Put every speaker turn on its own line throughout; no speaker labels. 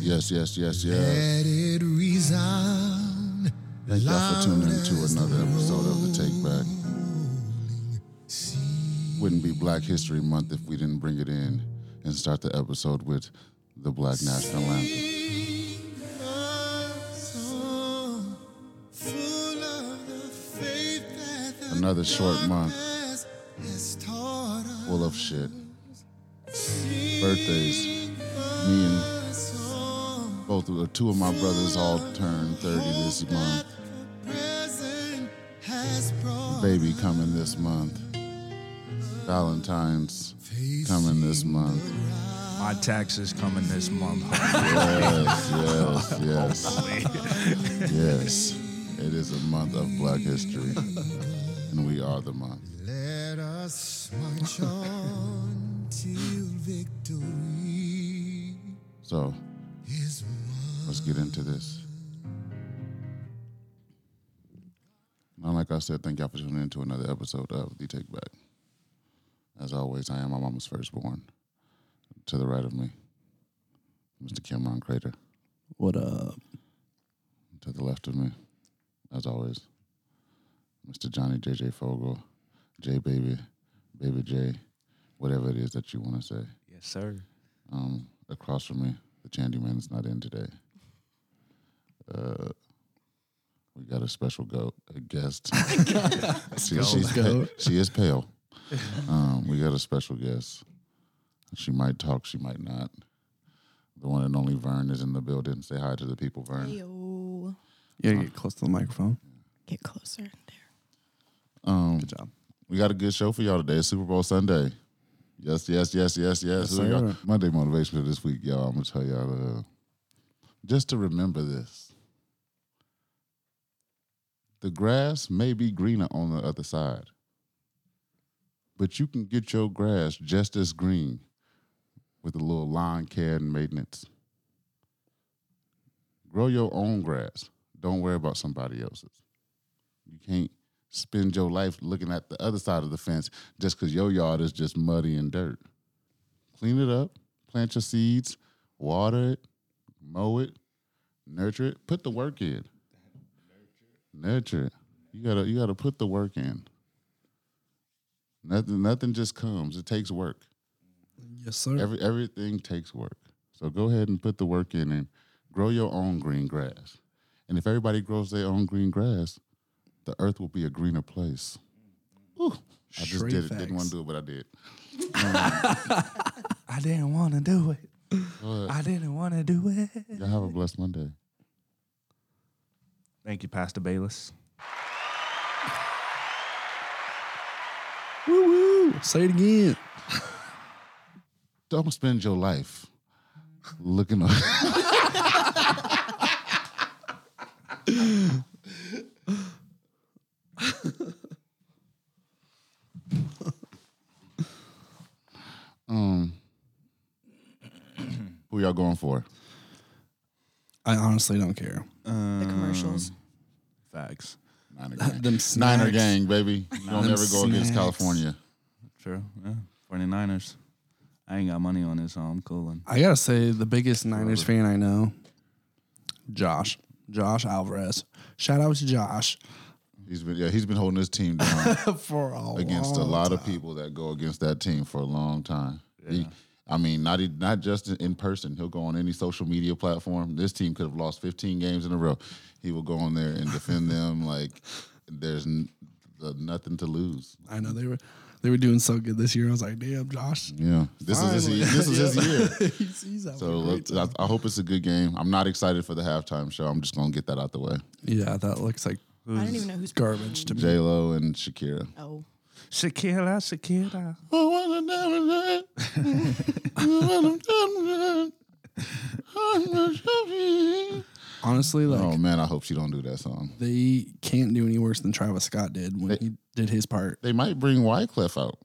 yes, yes, yes, yes.
Let it resound.
Thank y'all for tuning in to another episode of The Take Back. Wouldn't be Black History Month if we didn't bring it in and start the episode with the Black National Anthem.
Sing a song full of the faith that the
Another short month
past has taught us.
full of shit.
Sing
Birthdays. Me and
a song
both of the two of my brothers all turned 30 this month.
that the present has brought.
Baby coming this month. Valentine's coming this month.
My taxes coming this month.
Yes, yes, yes.
Hopefully.
Yes, it is a month of Black History, and we are the month.
Let us march on till victory
So
is won.
let's get into this. Now, like I said, thank y'all for tuning in to another episode of The Take Back. As always, I am my mama's firstborn. To the right of me, Mr. Cameron Crater.
What up?
To the left of me, as always, Mr. Johnny JJ Fogle, J Baby, Baby J, whatever it is that you want to say.
yes, sir.
Um, across from me, the Chandy Man is not in today. Uh, we got a special go a guest. she, she's
Goat.
she is pale. Um, we got a special guest. She might talk, she might not. The one and only Vern is in the building. Say hi to the people, Vern.
Yo.
You gotta get close to the microphone.
Get closer in there.
Um,
Good job.
we got a good show for y'all today. It's Super Bowl Sunday. Yes, yes, yes, yes, yes.
Yes,
We got
sir.
Monday motivation for this week, y'all. I'm gonna tell y'all uh, just to remember this: the grass may be greener on the other side, but you can get your grass just as green with a little lawn care and maintenance. Grow your own grass. Don't worry about somebody else's. You can't spend your life looking at the other side of the fence just because your yard is just muddy and dirt. Clean it up, plant your seeds, water it, mow it, nurture it, put the work in. Nurture it. You gotta you gotta put the work in. Nothing nothing just comes. It takes work.
Yes, sir.
Every everything takes work. So go ahead and put the work in and grow your own green grass. And if everybody grows their own green grass, the earth will be a greener place. Whew. I just
Straight
did it.
facts.
Didn't want to do it, but I did.
I didn't want to do it. I didn't want to do it.
Y'all have a blessed Monday.
Thank you, Pastor Bayless.
Woo woo. Say it again.
Don't spend your life looking up. um, who y'all going for?
I honestly don't care.
The commercials.
Facts.
Niner
Them
gang. Uh, Niner
snacks.
gang, baby. You Don't
Them
ever go against
snacks.
California.
True. Yeah. 49ers. I ain't got money on this, so I'm cooling.
I gotta say, the biggest Niners fan I know, Josh. Josh Alvarez. Shout out to Josh
He's been yeah, he's been holding his team down.
for all
against a lot of people that go against that team for a long time. He- I mean, not e- not just in- in person. He'll go on any social media platform. This team could have lost 15 games in a row. He will go on there and defend them like there's n- the, nothing to lose.
I know they were they were doing so good this year. I was like, damn, Josh.
Yeah, this is his,
Finally.
ye- this is his year.
he's, he's having
So
a great
look,
time.
I, I hope it's a good game. I'm not excited for the halftime show. I'm just gonna get that out the way.
yeah, that looks like
Um,
I don't even know who's
garbage to me.
J Lo and Shakira.
playing. Oh.
Shakira, Shakira.
I wanna never let- I wanna never let- I'm not happy.
Honestly, like
Oh man, I hope she don't do that song.
they can't do any worse than Travis Scott did when he did his part.
They might bring Wyclef out.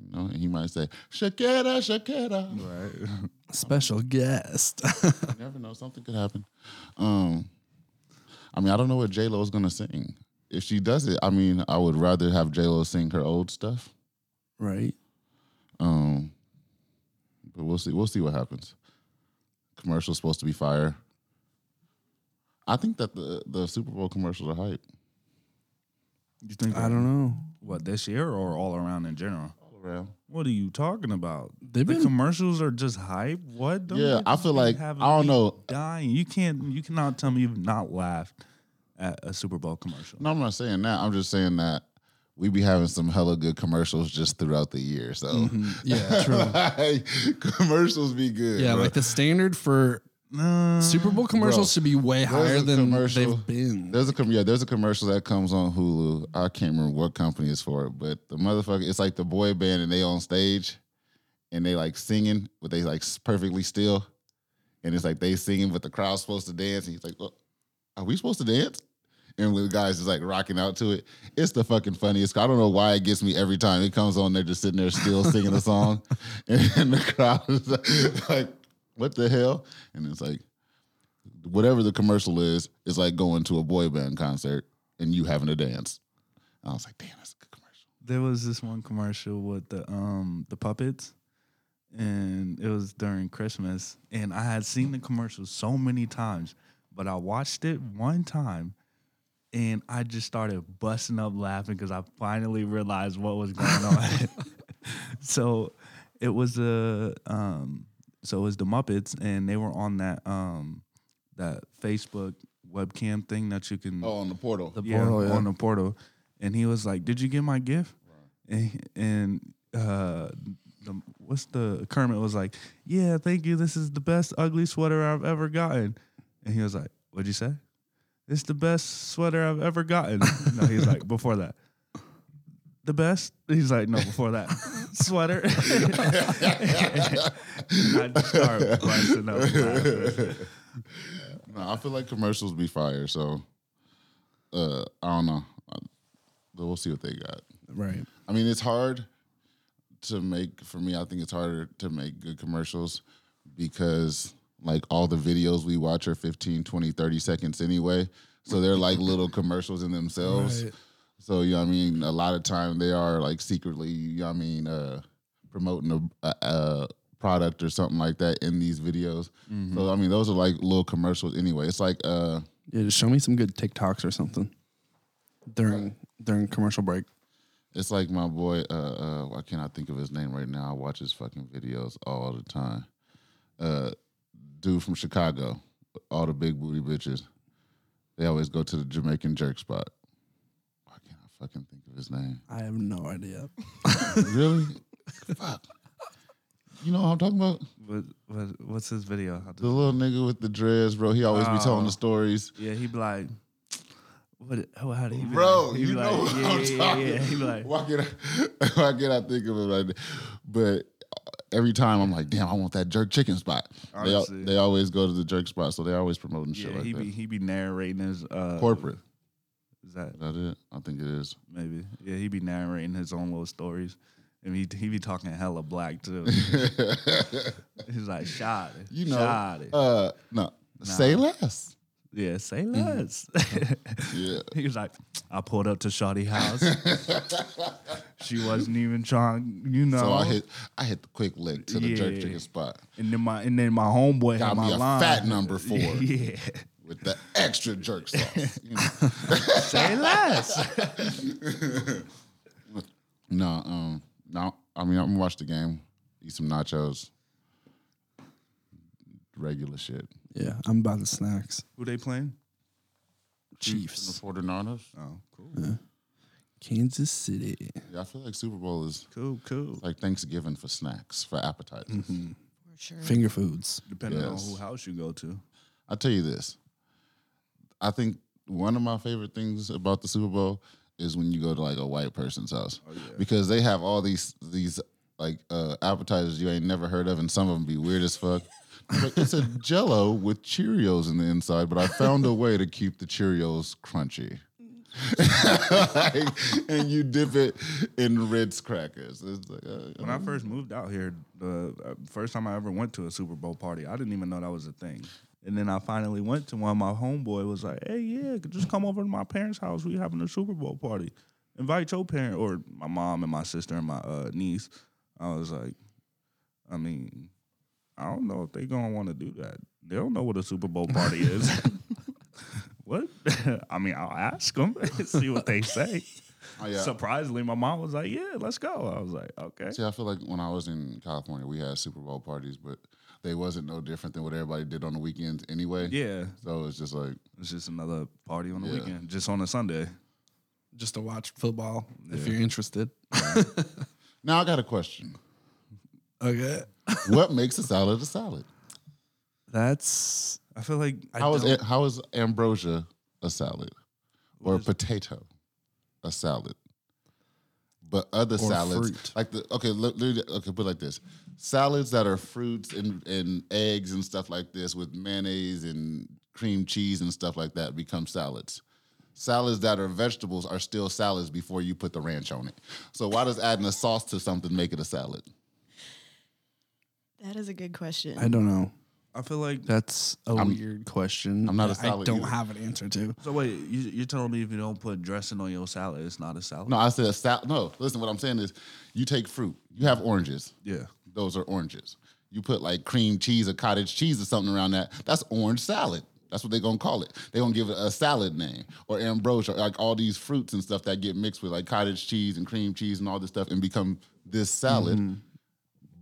You know, and he might say, Shakira, Shakira.
Right.
Special guest.
You never know, something could happen. Um, I mean, I don't know what J Lo's gonna sing. If she does it, I mean, I would rather have J Lo sing her old stuff.
right?
Um, but we'll see. We'll see what happens. commercial's supposed to be fire. I think that the the Super Bowl commercials are hype
You think?
I don't know.
What this year or all around in general?
all around.
What are you talking about?
They've
the
been-
commercials are just hype. What? Don't
Yeah,
they
I
just
feel
be
like-
having
I don't
me
know.
Dying. You can't. You cannot tell me you've not laughed at a Super Bowl commercial.
No, I'm not saying that. I'm just saying that we be having some hella good commercials just throughout the year. So
Mm-hmm. Yeah, true.
Like, commercials be good.
yeah,
bro.
like the standard for
No.
Super Bowl commercials should be way higher
a
than
commercial-
they've been.
There's a com- yeah, there's a commercial that comes on Hulu. I can't remember what company it's for, but the motherfucker, it's like the boy band and they on stage, and they like singing, but they like s- perfectly still, and it's like they singing, but the crowd's supposed to dance, and he's like, well, "Are we supposed to dance?" And the guys is like rocking out to it. It's the fucking funniest. I don't know why it gets me every time it comes on. They're just sitting there still singing the song, and the crowd is like- like, "What the hell?" And it's like whatever the commercial is, is like going to a boy band concert and you having a dance. I was like, damn, that's a good commercial.
There was this one commercial with the um the puppets, and it was during Christmas. And I had seen the commercial so many times, but I watched it one time, and I just started busting up laughing because I finally realized what was going on. so it was the um so it was the Muppets, and they were on that um that Facebook webcam thing that you can
Oh, on the portal.
the portal on the portal, and he was like, "Did you get my gift?" And, and uh, the, what's the Kermit was like, "Yeah, thank you. This is the best ugly sweater I've ever gotten." And he was like, "What'd you say?" It's the best sweater I've ever gotten. no, he's like before that. The best? He's like no before that sweater. And I just started busting up laughing.
no, I feel like commercials be fire. So uh, I don't know. Uh, We'll see what they got.
right.
I mean, it's hard to make for me. I think it's harder to make good commercials because like all the videos we watch are 15, 20, 30 seconds anyway. So they're like little commercials in themselves.
Right.
So, you know what I mean? A lot of time they are like secretly, you know what I mean, uh, promoting a, a, a product or something like that in these videos. So, I mean, those are like little commercials anyway. It's like, uh,
Yeah, just show me some good TikToks or something during during commercial break.
It's like my boy. Uh, uh, why can't I think of his name right now? I watch his fucking videos all the time. Uh, dude from Chicago, all the big booty bitches. They always go to the Jamaican jerk spot. Why can't I fucking think of his name?
I have no idea.
really? Fuck. You know what I'm talking about?
What, what, what's his video? How
The
does-
little nigga with the dreads, bro. He always be telling
Oh.
the stories.
Yeah, he be like, what? How, how do he be
Bro,
Like, he
you know
like,
what
yeah,
I'm talking.
yeah, Yeah, yeah. He be like,
why can I? Why can I think of it like that? But uh, every time I'm like, damn, I want that jerk chicken spot. They, al-
Honestly.
they always go to the jerk spot, so they always promoting shit
yeah,
like
he
that.
be he be narrating his uh,
Corporate.
Is that
Is that it? I think it is.
maybe? Yeah, he be narrating his own little stories, and he he be talking hella black too. He's like, shot it,
You know,
shot it.
uh, no, say less.
yeah, say
mm-hmm.
less.
Yeah,
He was like, I pulled up to Shawty house. she wasn't even trying, you know.
so I hit, I hit the quick lick to the jerk
Yeah.
chicken spot
and then my and then my homeboy had
Gotta
my
be a
line.
fat number four.
yeah,
with the extra jerk sauce. you know.
say less.
No, um, no. I mean, I'm gonna watch the game, eat some nachos, regular shit.
Yeah, I'm about the snacks.
Who they playing?
Chiefs,
Forty Niners.
Oh, cool,
Kansas City.
Yeah, I feel like Super Bowl is
cool, cool.
like Thanksgiving for snacks, for appetizers.
For sure.
Finger foods.
Depending
Yes.
on who house you go to.
I'll tell you this. I think one of my favorite things about the Super Bowl is when you go to like a white person's house
Oh,
because they have all these these like uh, appetizers you ain't never heard of, and some of them be weird as fuck. Like, it's a Jello with Cheerios in the inside, but I found a way to keep the Cheerios crunchy. Like, and you dip it in Ritz crackers. It's like, uh,
When I first moved out here, the uh, first time I ever went to a Super Bowl party, I didn't even know that was a thing. And then I finally went to one. My homeboy was like, "Hey, yeah, just come over to my parents' house. We having a Super Bowl party. Invite your parent or my mom and my sister and my uh, niece." I was like, "I mean, I don't know if they gonna want to do that." They don't know what a Super Bowl party is. what? I mean, I'll ask them see what they say.
Oh, yeah.
Surprisingly, my mom was like, "Yeah, let's go." I was like, "Okay."
See, I feel like when I was in California, we had Super Bowl parties, but they wasn't no different than what everybody did on the weekends anyway.
Yeah,
So it's just like,
it's just another party on the
Yeah.
weekend, just on a Sunday.
Just to watch football if you're interested.
now I got a question.
Okay.
what makes a salad a salad?
That's
I feel like I
How is
don't-
it, how is ambrosia a salad or a potato a salad? But other salads,
fruit.
like the okay, look, look- okay, put it like this: salads that are fruits and, and eggs and stuff like this with mayonnaise and cream cheese and stuff like that become salads. Salads that are vegetables are still salads before you put the ranch on it. So why does adding a sauce to something make it a salad?
That is a good question.
I don't know.
I feel like
That's a weird question.
I'm not a
that I
salad
don't
either.
have an answer to.
So wait, you, you're telling me if you don't put dressing on your salad, it's not a salad?
No, I said a salad. No, listen, what I'm saying is, you take fruit. You have oranges.
Yeah.
those are oranges. You put like cream cheese or cottage cheese or something around that. That's orange salad. That's what they're gonna call it. They're gonna give it a salad name or ambrosia, or like all these fruits and stuff that get mixed with like cottage cheese and cream cheese and all this stuff and become this salad.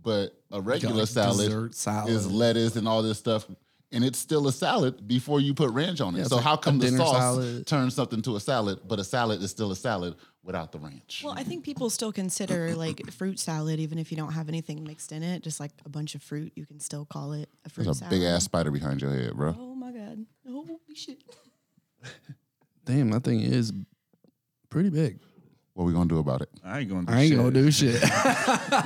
But a regular
Mm-hmm. like,
salad,
dessert salad.
is lettuce and all this stuff. And it's still a salad before you put ranch on it.
it's
so
like
how
a
come the
dinner
sauce
salad.
turns something to a salad, but a salad is still a salad without the ranch?
Well, I think people still consider like fruit salad, even if you don't have anything mixed in it, just like a bunch of fruit, you can still call it a fruit
There's a
salad.
big ass spider behind your head, bro.
Oh my god! Holy shit!
Damn, that thing is pretty big.
What we gonna do about it?
I ain't gonna do
I ain't
shit.
gonna do shit.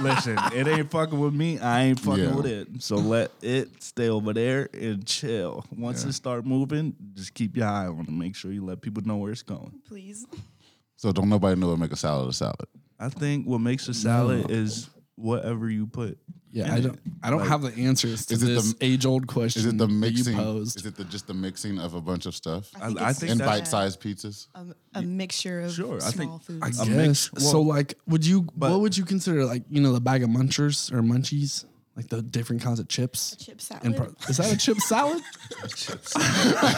Listen, it ain't fucking with me. I ain't fucking
Yeah.
with it. So let it stay over there and chill. Once it start moving, just keep your eye on it. Make sure you let people know where it's going.
Please.
So don't nobody know what make a salad a salad.
I think what makes a salad is whatever you put.
yeah,
in
I
it.
don't. I don't have the answers to
is it the-
this age old question.
Is it the
that
mixing?
you posed.
Is it the just the mixing of a bunch of stuff
I- I
it's
think
and
Um,
just a-
bite-sized pizzas?
A, a mixture of
Sure, I
small
think-
foods.
I
a
guess.
mix-
so
well,
like, would you?
but-
what would you consider like you know the bag of munchers or munchies? Like the different kinds of chips.
Chip salad.
And pro- is that a chip salad?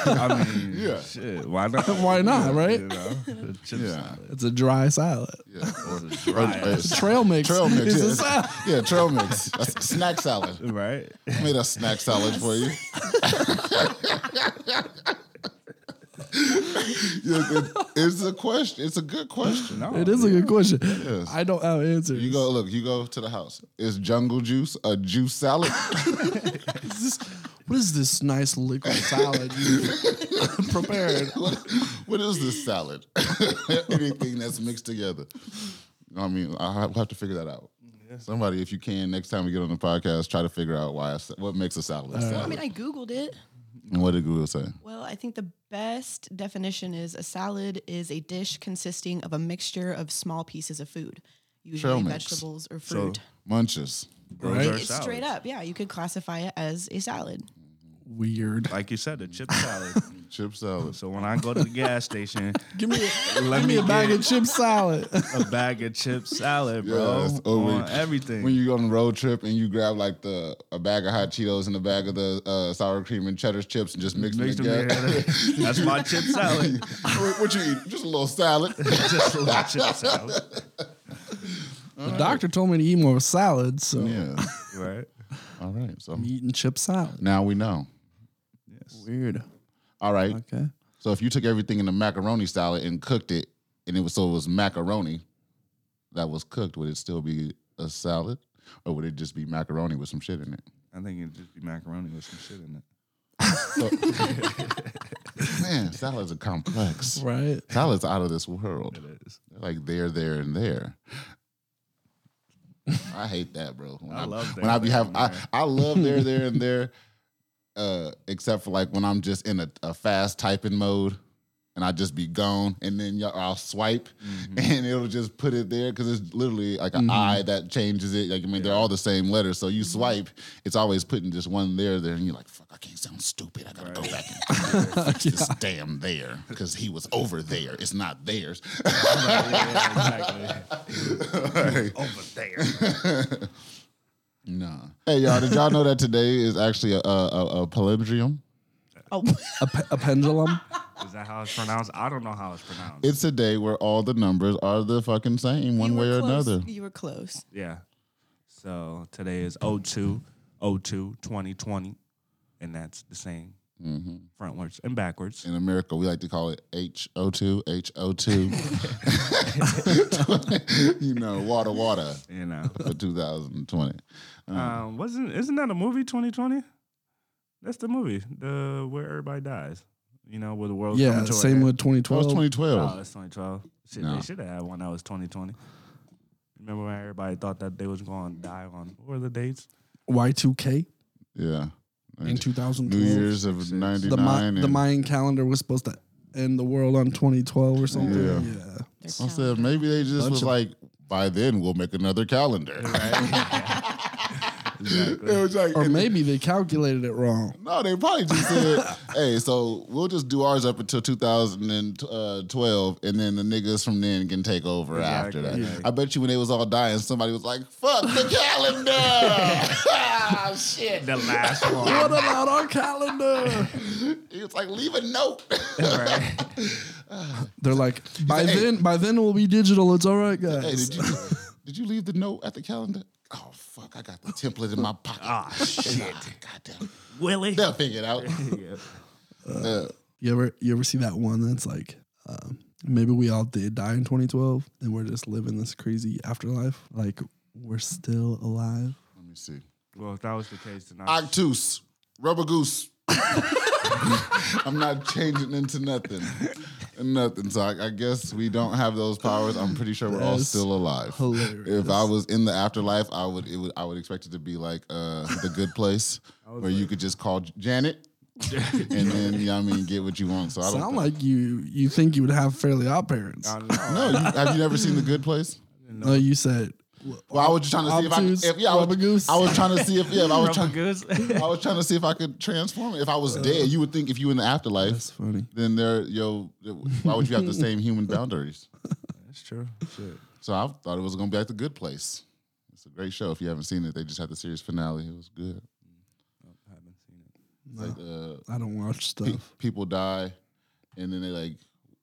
I mean,
Yeah.
shit. Why not?
Why not? Right?
You know, the chip
Yeah.
salad.
It's a dry salad.
Yeah, or, or,
dry.
uh,
Trail mix.
trail mix.
It's
Yeah,
a salad.
yeah trail mix. That's a snack salad.
Right?
I made a snack salad for you. Yeah, it- it's a question. It's a good question.
No.
It is a good question.
Yes.
I don't have answers.
You go look. You go to the house. Is jungle juice a juice salad?
Is this- what is this nice liquid salad you prepared?
what is this salad? Anything that's mixed together. I mean, I'll have- we'll have to figure that out. Somebody, if you can, next time we get on the podcast, try to figure out why a sa- what makes a salad. a
I
salad.
mean, I googled it.
and what did Google say?
Well, I think the best definition is a salad is a dish consisting of a mixture of small pieces of food, usually
mix.
vegetables or fruit.
Munches.
Those are
it's straight
salads.
up, yeah. You could classify it as a salad.
Weird.
Like you said, a chip salad.
Chip salad.
So when I go to the gas station,
Give me a,
let
give me a bag
get
of chip salad.
a bag of chip salad, bro,
Yes, or when-
on everything.
When you go on a road trip and you grab like the a bag of hot Cheetos and a bag of the uh, sour cream and cheddar chips and just mix,
Mix
them
them
together.
together. That's my chip salad.
what, what you eat? Just a little salad.
Just a little chip salad,
the doctor told me to eat more salad, so
yeah.
right?
All right. So
I'm eating chip salad.
now we know.
Weird.
All right.
Okay.
So if you took everything in the macaroni salad and cooked it, and it was so it was macaroni that was cooked, would it still be a salad, or would it just be macaroni with some shit in it?
I think it'd just be macaroni with some shit in it.
Man, salads are complex.
Right.
Salads out of this world.
is.
They're like there, there, and there. I hate that, bro. When
I love
when I
there,
be
there,
having.
and
I,
there.
I love there, there, and there. Uh, except for like when I'm just in a, a fast typing mode, and I just be gone, and then y'all, I'll swipe,
Mm-hmm.
and it'll just put it there because it's literally like an eye that changes it. Like I mean, they're all the same letters, so
Mm-hmm.
you swipe, it's always putting just one there, there, and you're like, "Fuck, I can't sound stupid. I gotta go back and fix this damn there because he was over there. It's not theirs."
Yeah, exactly. Over there. Nah.
Hey y'all, did y'all know that today is actually a a, a, a palindrome?
Oh,
A, pe- a pendulum?
Is that how it's pronounced? I don't know how it's pronounced.
It's a day where all the numbers are the fucking same, one
you were
way or
close.
another.
You were close.
yeah. So today is 02, 02, 2020. And that's the same
Mm-hmm.
frontwards and backwards.
In America, we like to call it HO2, HO2. you know, water, water
You know.
for Uh, 2020.
Mm. Uh,
um, wasn't isn't that a movie 2020? That's the movie, the where everybody dies. You know, where the world
Yeah, same with
That was
2012.
2012.
Oh,
uh,
that's 2012. Shit,
No.
they should have had one that was 2020. Remember when everybody thought that they was going to die on what were the dates?
Y2K
Yeah.
in 2012.
New Year's of
the, Ma-
99.
the
and
Mayan calendar was supposed to end the world on 2012 or something.
Yeah.
Yeah.
They're
I
talented.
said, maybe they just
Bunch
was
of-
like, by then we'll make another calendar. It was like,
Or maybe they calculated it wrong.
No, they probably just said, "Hey, so we'll just do ours up until 2012, and then the niggas from then can take over after that."
Exactly.
I bet you when they was all dying, somebody was like, "Fuck the calendar!" Ah, Shit,
The last one.
What about our calendar?
he was like, "Leave a note."
right?
They're like, by
like, "Hey."
then, by then we'll be digital. It's all right,
hey,
guys.
did you did you leave the note at the calendar? Oh fuck, I got the template in my pocket.
Ah, shit.
Goddamn,
Willie.
they'll figure it out.
Yeah.
Uh,
You ever, you ever see that one that's like, um, maybe we all did die in 2012 and we're just living this crazy afterlife. Like we're still alive.
let me see.
Well, if that was the case, then I,
Octus, rubber goose. I'm not changing into nothing. Nothing. So I, I guess we don't have those powers. I'm pretty sure we're all
That's
still alive.
hilarious.
If I was in the afterlife, I would it would I would expect it to be like uh the good place where you could just call J- Janet and then you know what I mean get what you want. So I don't
Sound like you, you think you would have fairly odd parents.
I don't know.
No, you, have you never seen the good place?
No, you said oh,
Well, I was just trying to see if I could,
Obtuse,
if, yeah, I was,
rubber goose.
I was trying to see if yeah, if I was trying
Goose.
I was trying to see if I could transform it. If I was
Uh,
dead, you would think if you in the afterlife
that's funny.
then there, yo, why would you have the same human boundaries?
That's true. Shit.
So I thought it was gonna be like the Good Place. It's a great show. If you haven't seen it, they just had the series finale. It was good.
haven't seen it.
It's Like uh,
I don't watch
pe-
stuff.
people die, and then they like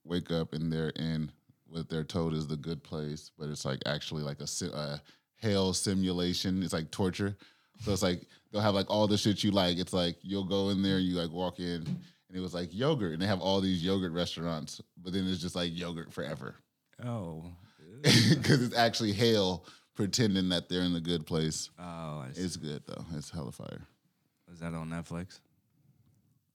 wake up and they're in what they're told is the Good Place, but it's like actually like a, si- a hell simulation. It's like torture. So it's like they'll have like all the shit you like. It's like you'll go in there, you like walk in, and it was like yogurt, and they have all these yogurt restaurants, but then it's just like yogurt forever.
Oh.
because it's actually hell pretending that they're in the good place.
Oh, I see.
It's good though. It's hella fire.
Is that on Netflix?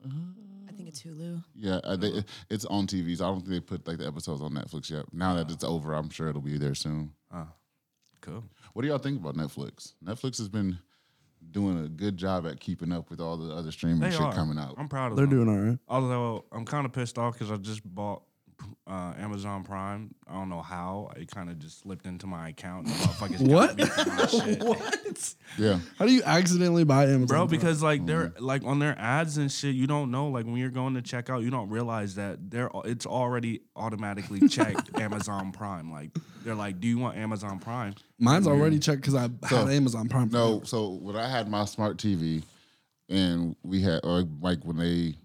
I think it's Hulu.
Yeah, I,
Uh-huh.
they, it's on TV. So I don't think they put like the episodes on Netflix yet. Now that it's over, I'm sure it'll be there soon.
Cool.
What do y'all think about Netflix? Netflix has been doing a good job at keeping up with all the other streaming
They
shit
are.
coming out.
I'm proud of
They're
them.
doing all right.
Although I'm kind of pissed off because I just bought uh, Amazon Prime. I don't know how it kind of just slipped into my account. and the motherfuckers
What?
got me for my shit.
What?
yeah,
How do you accidentally buy Amazon?
Bro,
Prime?
because like they're like on their ads and shit, you don't know. Like when you're going to check out, you don't realize that they're it's already automatically checked Amazon Prime. Like they're like, do you want Amazon Prime?
mine's already checked because I
So-
had Amazon Prime.
no. So when I had my smart TV, and we had or like when they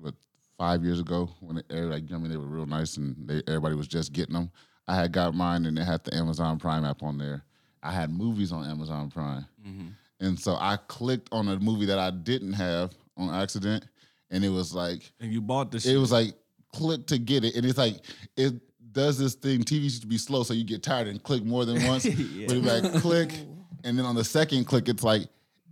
what five years ago when they, air- like I mean they were real nice and they, everybody was just getting them. I had got mine and it had the Amazon Prime app on there. I had movies on Amazon Prime, and so I clicked on a movie that I didn't have on accident, and it was like
And you bought this.
it
shit.
was like click to get it, and it's like it does this thing. TV used to be slow, so you get tired and click more than once. But it's like click, and then on the second click, it's like.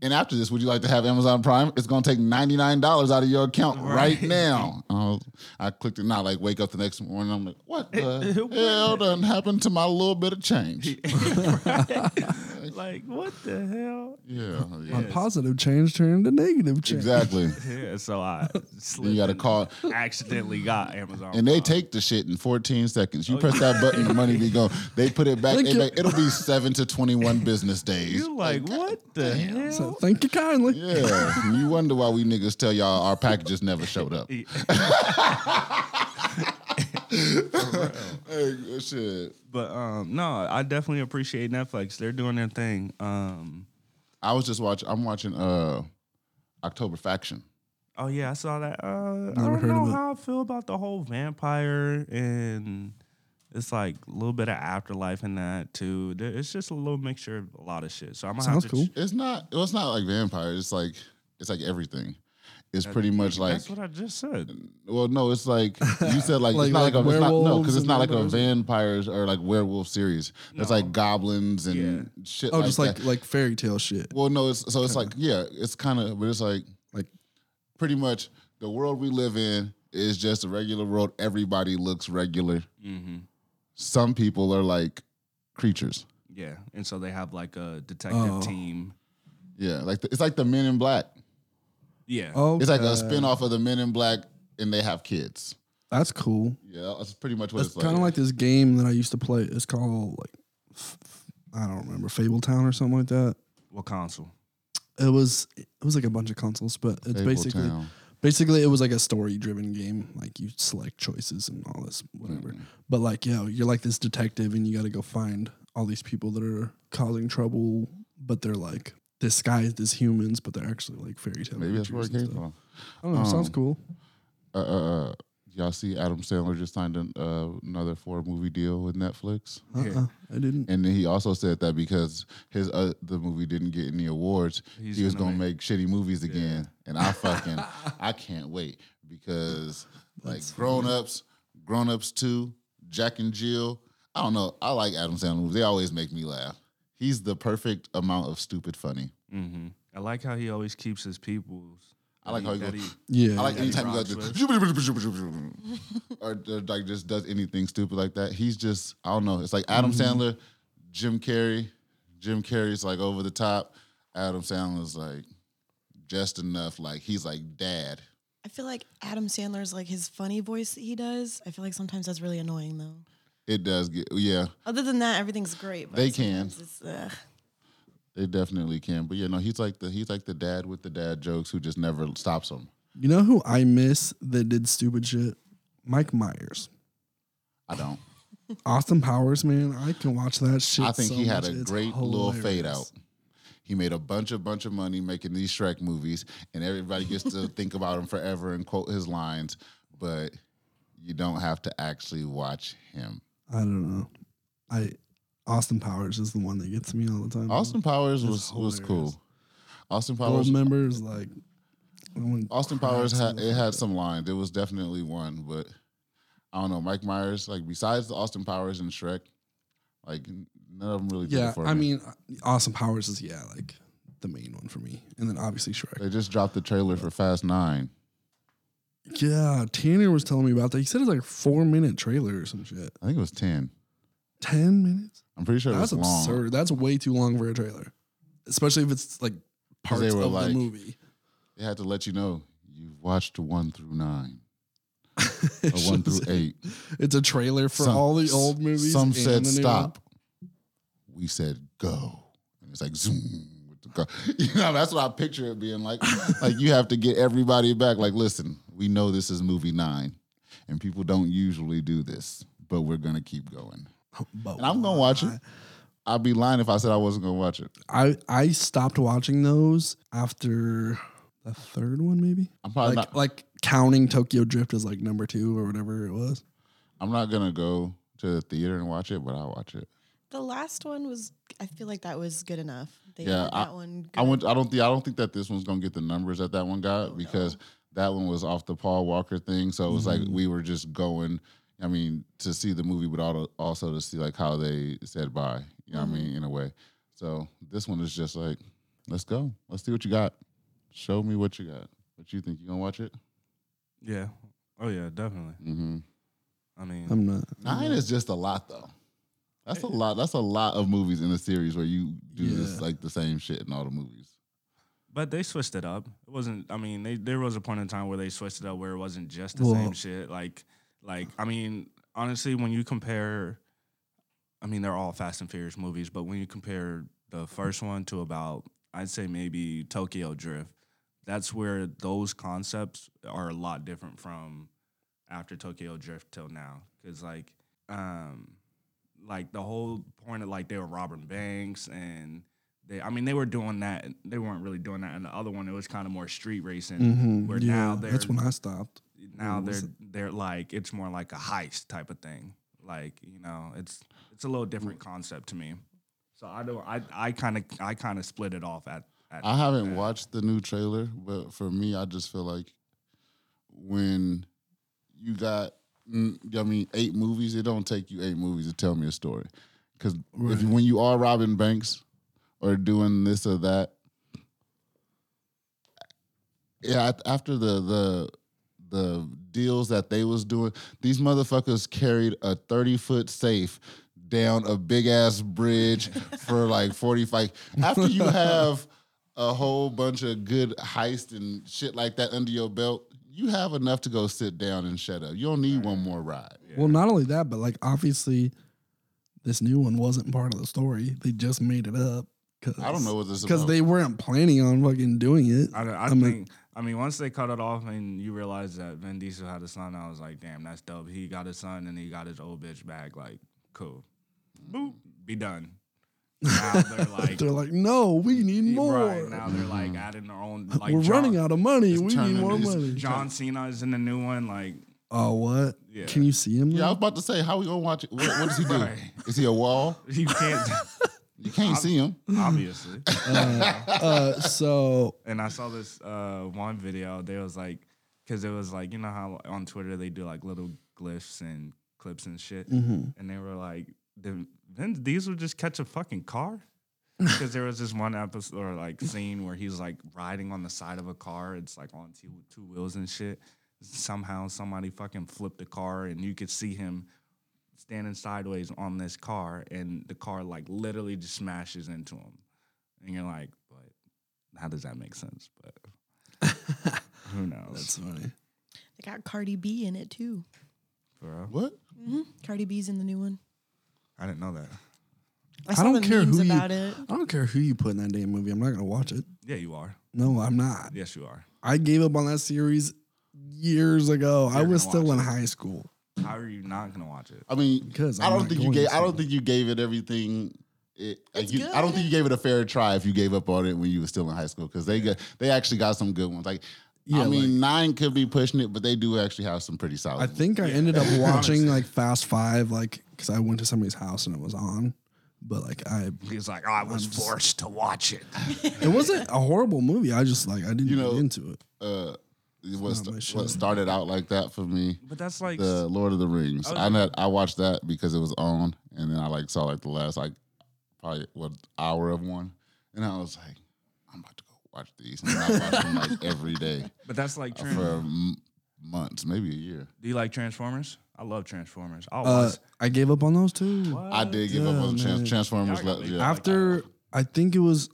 And after this, would you like to have Amazon Prime? It's gonna take ninety nine dollars out of your account right, now. I, was- I clicked it, and I like wake up the next morning. I'm like, what the hell done happened to my little bit of change?
like what the hell?
Yeah, yeah.
My positive change turned to negative change.
exactly.
Yeah, so I slipped
You gotta
and
call,
accidentally got Amazon.
and they
Prime.
take the shit in 14 seconds.
Oh,
You press that button, the money be gone. They put it back.
Thank
they
you.
back- it'll be seven to 21 business days.
You like what the hell?
So thank you kindly.
Yeah, you wonder why we niggas tell y'all our packages never showed up.
Yeah.
Hey, shit.
But um, no, I definitely appreciate Netflix. They're doing their thing. Um,
I was just watching. I'm watching uh October Faction.
Oh yeah, I saw that. Uh, I
Never
don't
heard
know
of it.
how I feel about the whole vampire and it's like a little bit of afterlife in that too. There- It's just a little mixture of a lot of shit. So I'm gonna
Sounds
have to
cool.
ch-
It's not. Well, it's not like vampires. It's like it's like everything. It's pretty much like.
That's what I just said.
Well, no, it's like you said, like,
Like-
it's not
like
like, a it's not, no,
werewolves
because it's
and
not like a
vampires?
vampires or like werewolf series. It's
No.
like goblins and shit.
Oh, just like
that.
like fairy tale shit.
well, no, it's so it's like yeah, it's kind of, but it's like
Like
pretty much the world we live in is just a regular world. Everybody looks regular.
Mm-hmm.
Some people are like creatures.
Yeah, and so they have like a detective
Oh.
team.
Yeah, like the, it's like the Men in Black.
Yeah.
oh,
It's like a spin off of the Men in Black, and they have kids.
That's cool.
Yeah, that's pretty much what
That's
it's like.
kind of like this game that I used to play. It's called like f- f- I don't remember Fable Town or something like that.
What console?
It was it was like a bunch of consoles, but it's
Fable
basically
Town.
basically it was like a story driven game. Like you select choices and all this whatever.
Mm-hmm.
But like yo, you're like this detective and you got to go find all these people that are causing trouble, but they're like disguised as humans, but they're actually like fairy tale.
Maybe that's where
creatures and
it came
stuff.
from. Um,
I don't know. sounds cool.
uh, uh, uh, y'all see Adam Sandler just signed an, uh, another four movie deal with Netflix,
Uh-uh, I didn't.
and then he also said that because his uh, the movie didn't get any awards,
He's
he was
gonna
gonna make, shitty movies again. And I fucking I can't wait because like grown ups, grown ups two, Jack and Jill. I don't know. I like Adam Sandler movies. They always make me laugh. He's the perfect amount of stupid funny.
Mm-hmm. I like how he always keeps his peoples.
I like how he
that
goes.
Yeah,
I like
yeah.
anytime he
rocks
goes or, or like just does anything stupid like that. He's just I don't know. It's like Adam Sandler, Jim Carrey. Jim Carrey's like over the top. Adam Sandler's like just enough. Like he's like dad.
I feel like Adam Sandler's like his funny voice that he does. I feel like sometimes that's really annoying though.
It does get yeah.
Other than that, everything's great. But
They can.
sometimes It's, ugh.
It definitely can. But yeah, no, he's like the he's like the dad with the dad jokes who just never stops him.
You know who I miss that did stupid shit? Mike Myers.
I don't.
Austin Powers, man, I can watch that shit.
I think
so
he had
much.
a
It's
great little fade
hilarious.
out. He made a bunch of bunch of money making these Shrek movies, and everybody gets to think about him forever and quote his lines, but you don't have to actually watch him.
I don't know. I Austin Powers is the one that gets me all the time.
Austin Powers
Mm-hmm. It's
was was
hilarious.
cool. Austin Powers
Gold members like that one
Austin
cracks
Powers
me
had
the
it
fuck
had
up.
some lines. It was definitely one, but I don't know. Mike Myers, like besides the Austin Powers and Shrek, like none of them really did
Yeah,
it for
I
me.
mean, Austin Powers is yeah like the main one for me, and then obviously Shrek.
they just dropped the trailer for Fast Nine.
Yeah, Tanner was telling me about that. He said it's like a four minute trailer or some shit.
I think it was ten.
Ten minutes.
I'm pretty sure it
That's
was long.
absurd. That's way too long for a trailer, especially if it's like
'Cause
parts
they were
of
like-
the movie.
They had to let you know you've watched one through nine or one through eight.
It's a trailer for
Some-
all the old movies.
Some
and
said
the new
stop. We said go, and it's like zoom with the car. You know, that's what I picture it being like. like you have to get everybody back. Like, listen, we know this is movie nine, and people don't usually do this, but we're gonna keep going.
one. But
And I'm gonna watch it. I'd be lying if I said I wasn't gonna watch it.
I I stopped watching those after the third one, maybe.
I'm probably
like
not.
like counting Tokyo Drift as like number two or whatever it was.
I'm not gonna go to the theater and watch it, but I'll watch it.
The last one was. I feel like that was good enough. They
Yeah,
yeah,
I-
that one.
I went. I don't think. I don't think that this one's gonna get the numbers that that one got because that one was off the Paul Walker thing. So it was like we were just going. I mean, to see the movie, but al- also to see like how they said bye. You know what I mean? In a way. So this one is just like, let's go. Let's see what you got. Show me what you got. What you think you gonna watch it?
Yeah. Oh yeah, definitely.
Mm-hmm.
I mean,
I'm not.
9 is just a lot though. That's a lot. That's a lot of movies in a series where you do this
Yeah.
like the same shit in all the movies.
but they switched it up. It wasn't. I mean, they, there was a point in time where they switched it up where it wasn't just the
Well-
same shit. Like, like I mean, honestly, when you compare, I mean, they're all Fast and Furious movies, but when you compare the first one to about, I'd say maybe Tokyo Drift, that's where those concepts are a lot different from after Tokyo Drift till now. Cause like, um, like the whole point of like they were robbing banks and They, I mean, they were doing that. They weren't really doing that. And the other one, it was kind of more street racing,
Mm-hmm.
Mhm.
where
yeah,
now they're
that's when I stopped.
now
What
they're
was
they're like it's more like a heist type of thing. Like you know, it's it's a little different concept to me. So I don't. I I kind of I kind of split it off at. at
I haven't watched the new trailer, but for me, I just feel like when you got, mm, I mean, eight movies, it don't take you eight movies to tell me a story. Because if when you are robbing banks or doing this or that, yeah, af- after the the the deals that they was doing, these motherfuckers carried a thirty foot safe down a big ass bridge for like forty five. After you have a whole bunch of good heist and shit like that under your belt, you have enough to go sit down and shut up. You don't need one more ride.
Well, not only that, but like obviously, this new one wasn't part of the story. They just made it up. Cause,
I don't know what this
because
about.
they weren't planning on fucking doing it.
I, don't- I
I'm
think.
like-
I mean, once they cut it off and you realize that Vin Diesel had a son, I was like, damn, that's dope. He got his son and he got his old bitch back. Like, cool. Boop. Be done. Now they're like,
They're like, no, we need more.
Right, now they're like adding their own. Like
We're
John,
running out of money.
It's
We need
turning
more
these-
money.
John Cena is in the new one. Like,
Uh,
Oh, what?
Yeah.
Can you see him?
Yeah, I was
though?
about to say, how we gonna watch it? What, what does he do?
Right.
Is he a wall?
you can't,
You can't see him.
obviously.
Uh, so
And I saw this uh, one video. They was like, because it was like, you know how on Twitter they do like little glyphs and clips and
Mm-hmm.
shit. And they were like, did Vin Diesel just catch a fucking car? Because there was this one episode or like scene where he's like riding on the side of a car. It's like on two, two wheels and shit. Somehow somebody fucking flipped the car and you could see him standing sideways on this car and the car like literally just smashes into him. And you're like, but how does that make sense? But who knows?
that's funny.
They got Cardi B in it too.
for real.
What?
Mm-hmm. Cardi B's in the new one.
I didn't know that.
I,
I
saw
don't
the
care
memes
who you.
about it.
I don't care who you put in that damn movie. I'm not gonna watch it.
Yeah, you are.
No, I'm not.
Yes, you are.
I gave up on that series years ago. I
You're
was
gonna
still
watch
in
it.
high school.
How are you not gonna watch it?
I mean,
Because
I
I'm
don't
not
think you
going
gave.
to
I
see
don't think you gave it everything. It, like
It's
you, I don't
good.
think you gave it a fair try if you gave up on it when you were still in high school because they got they actually got some good ones. Like,
Yeah,
I mean, nine could be pushing it, but they do actually have some pretty solid.
I think I ended up watching like Fast Five, like because I went to somebody's house and it was on. But like I,
He's like, I was forced to watch it.
it wasn't a horrible movie. I just like I didn't
You know,
get into it.
Uh, what,
not my
st-
shit.
what started out like that for me,
But that's like,
the Lord of the Rings.
Oh,
I know I watched that because it was on, and then I like saw like the last like probably what hour of one, and I was like, I'm about to go watch these, and I watch them like every day
but that's like.
for
Tran-
m- months, maybe a year.
do you like Transformers? I love Transformers. I
Uh,
was.
I gave up on those too.
I did give up on
Yeah, man.
Trans- Transformers.
Y'all got
le-
me.
yeah.
After I think it was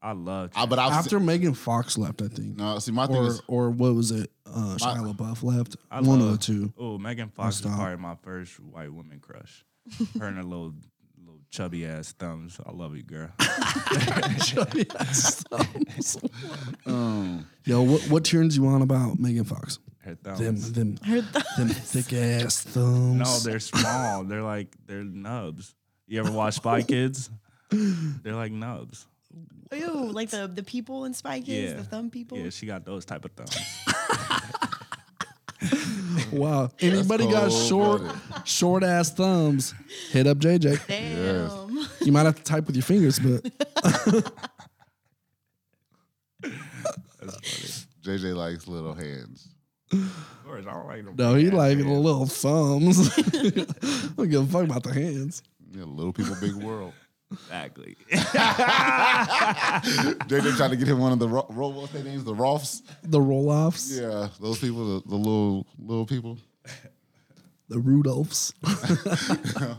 I love.
I, but I've
after
seen,
Megan Fox left. I think
no. See, my thing
or
is,
or what was it? Uh, Shia LaBeouf left.
I
One of
love-
the two.
Oh, Megan Fox is
stop.
probably my first white woman crush. Her and her little, little chubby ass thumbs. I love you, girl.
um,
Yo, what what turns you on about Megan Fox?
Her
Them
thumbs.
them
Her th-
them thick ass thumbs.
No, they're small. they're like they're nubs. You ever watch Spy Kids? They're like nubs.
ew, like the the people in Spy Kids,
Yeah.
the thumb people.
Yeah, she got those type of thumbs.
Wow. Anybody got
cold
short,
blooded.
short ass thumbs, hit up JJ.
Damn.
You might have to type with your fingers, but
JJ likes little hands.
Of course, I don't like them.
no, he like little thumbs. I don't give a fuck about the hands.
Yeah, little people, big world.
Exactly.
JJ tried to get him one of the Ro- Ro- what's their names, the Rolfs.
The roll offs,
Yeah, those people, the, the little little people.
the Rudolphs.
I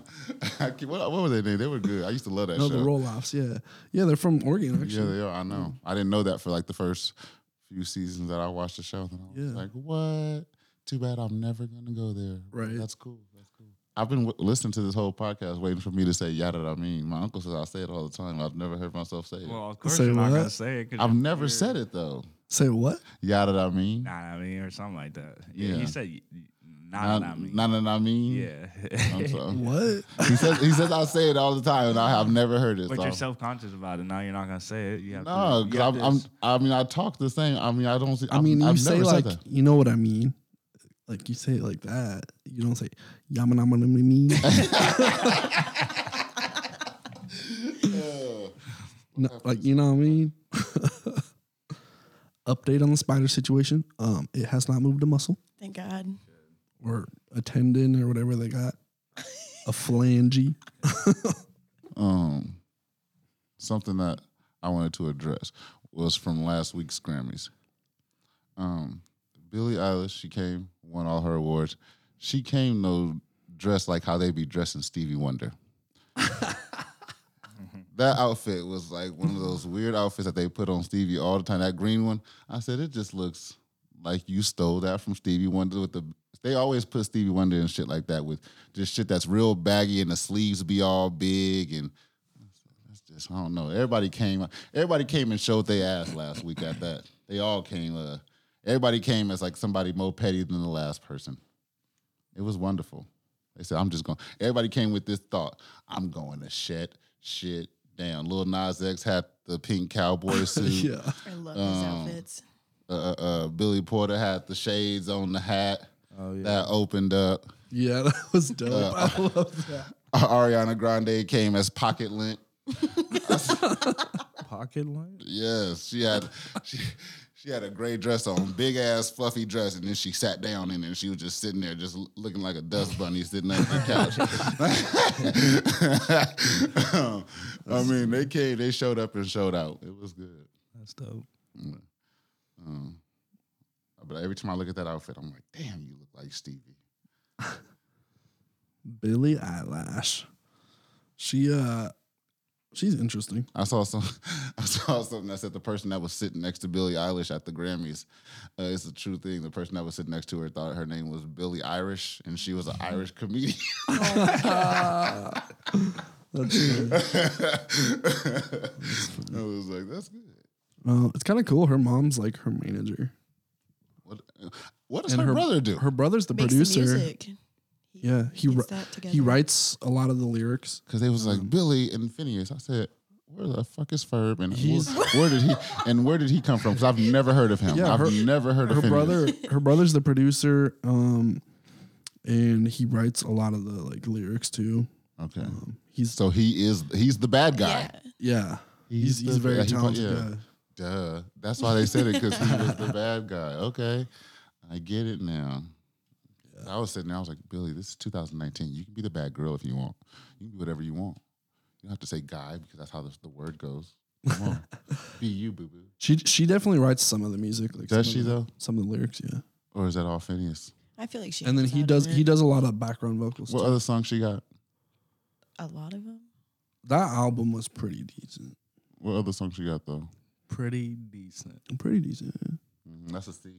can't- what, what were they named? They were good. I used to love that
No,
show.
Oh, the roll offs, yeah. Yeah, they're from Oregon,
yeah,
actually.
they are. I know. I didn't know that for like the first few seasons that I watched the show. And I was
Yeah.
like, what? Too bad I'm never gonna go there.
Right.
That's cool. That's cool. I've been w- listening to this whole podcast waiting for me to say yada I mean. My uncle says I say it all the time. I've never heard myself say it.
Well, of course
Say
you're not
what?
gonna say it. 'cause
I've
you're
never
weird.
said it though.
Say what?
Yada I mean.
Nah, I mean, or something like that. Yeah,
Yeah.
you said. y- y-
Not I mean.
Nah, nah, nah, I mean.
yeah.
I'm sorry.
What?
He says he says I say it all the time, and I have never heard it.
But
so.
you're self conscious about it. Now you're not gonna say it. You have
No,
to, you have
because
to-
I'm, I'm. I mean, I talk the same. I mean, I don't see.
I mean,
I've,
you
I've
say
never
like
said that.
you know what I mean. Like you say it like that. You don't say yama nama nama me. No, like you know what I mean. Update on the spider situation. Um, it has not moved a muscle
Thank God.
or a tendon or whatever they got. A phalange.
um, something that I wanted to address was from last week's Grammys. Um, Billie Eilish, she came, won all her awards. She came no dressed like how they be dressing Stevie Wonder. that outfit was like one of those weird outfits that they put on Stevie all the time. That green one, I said it just looks like you stole that from Stevie Wonder with the. They always put Stevie Wonder and shit like that with just shit that's real baggy and the sleeves be all big and that's just I don't know. Everybody came. Everybody came and showed their ass last week at that. They all came. Uh, everybody came as like somebody more petty than the last person. It was wonderful. They said, "I'm just going." Everybody came with this thought: "I'm going to shut shit down." Lil Nas X had the pink cowboy suit.
Yeah.
I love
Um,
his outfits.
uh, uh, uh, Billy Porter had the shades on the hat that opened up.
Yeah, that was dope.
Uh,
I love that.
Ariana Grande came as pocket lint.
Pocket line?
Yes, she had she she had a gray dress on, big ass fluffy dress, and then she sat down in it. And she was just sitting there, just l- looking like a dust bunny sitting on the couch. Um, I mean, they came, they showed up and showed out. It was good,
That's dope.
but every time I look at that outfit, I'm like, damn, you look like Stevie.
Billie Eyelash. She uh she's interesting.
I saw some. I saw something that said the person that was sitting next to Billie Eilish at the Grammys. Uh, it's a true thing. The person that was sitting next to her thought her name was Billie Irish, and she was an
Mm-hmm.
Irish comedian.
That's true.
I was like, that's good.
well, it's kind of cool. Her mom's like her manager.
What, what does her, brother do?
Her brother's the
Makes
producer.
the music.
Yeah, he
Makes
wri-
that together.
he writes a lot of the lyrics.
Because they was like
Mm.
Billy and Phineas. I said, where the fuck is Ferb and where, where did he and where did he come from? Because I've never heard of him.
Yeah,
I've
her-
never heard of
Her
Phineas.
brother her brother's the producer um and he writes a lot of the like lyrics too.
Okay,
He's
so he is he's the bad guy.
Yeah.
yeah. He's he's,
the-
very
yeah, he pro-
talented.
yeah.
guy.
Duh. That's why they said it because he was the bad guy. Okay, I get it now. I was sitting there. I was like, Billy, this is 2019. You can be the bad girl if you want. You can be whatever you want. You don't have to say guy because that's how the, the word goes. Come on, be you, boo boo.
She she definitely writes some of the music. Like
Does
some of
she,
the-
though?
Some of the lyrics, yeah.
Or is that all Phineas?
I feel like she.
And then
helps
he
out
does
on
he
it.
does a lot of background vocals.
What
too.
other songs she got?
a lot of them.
That album was pretty decent.
What other songs she got though?
Pretty decent.
Pretty decent. yeah.
Mhm, That's a C.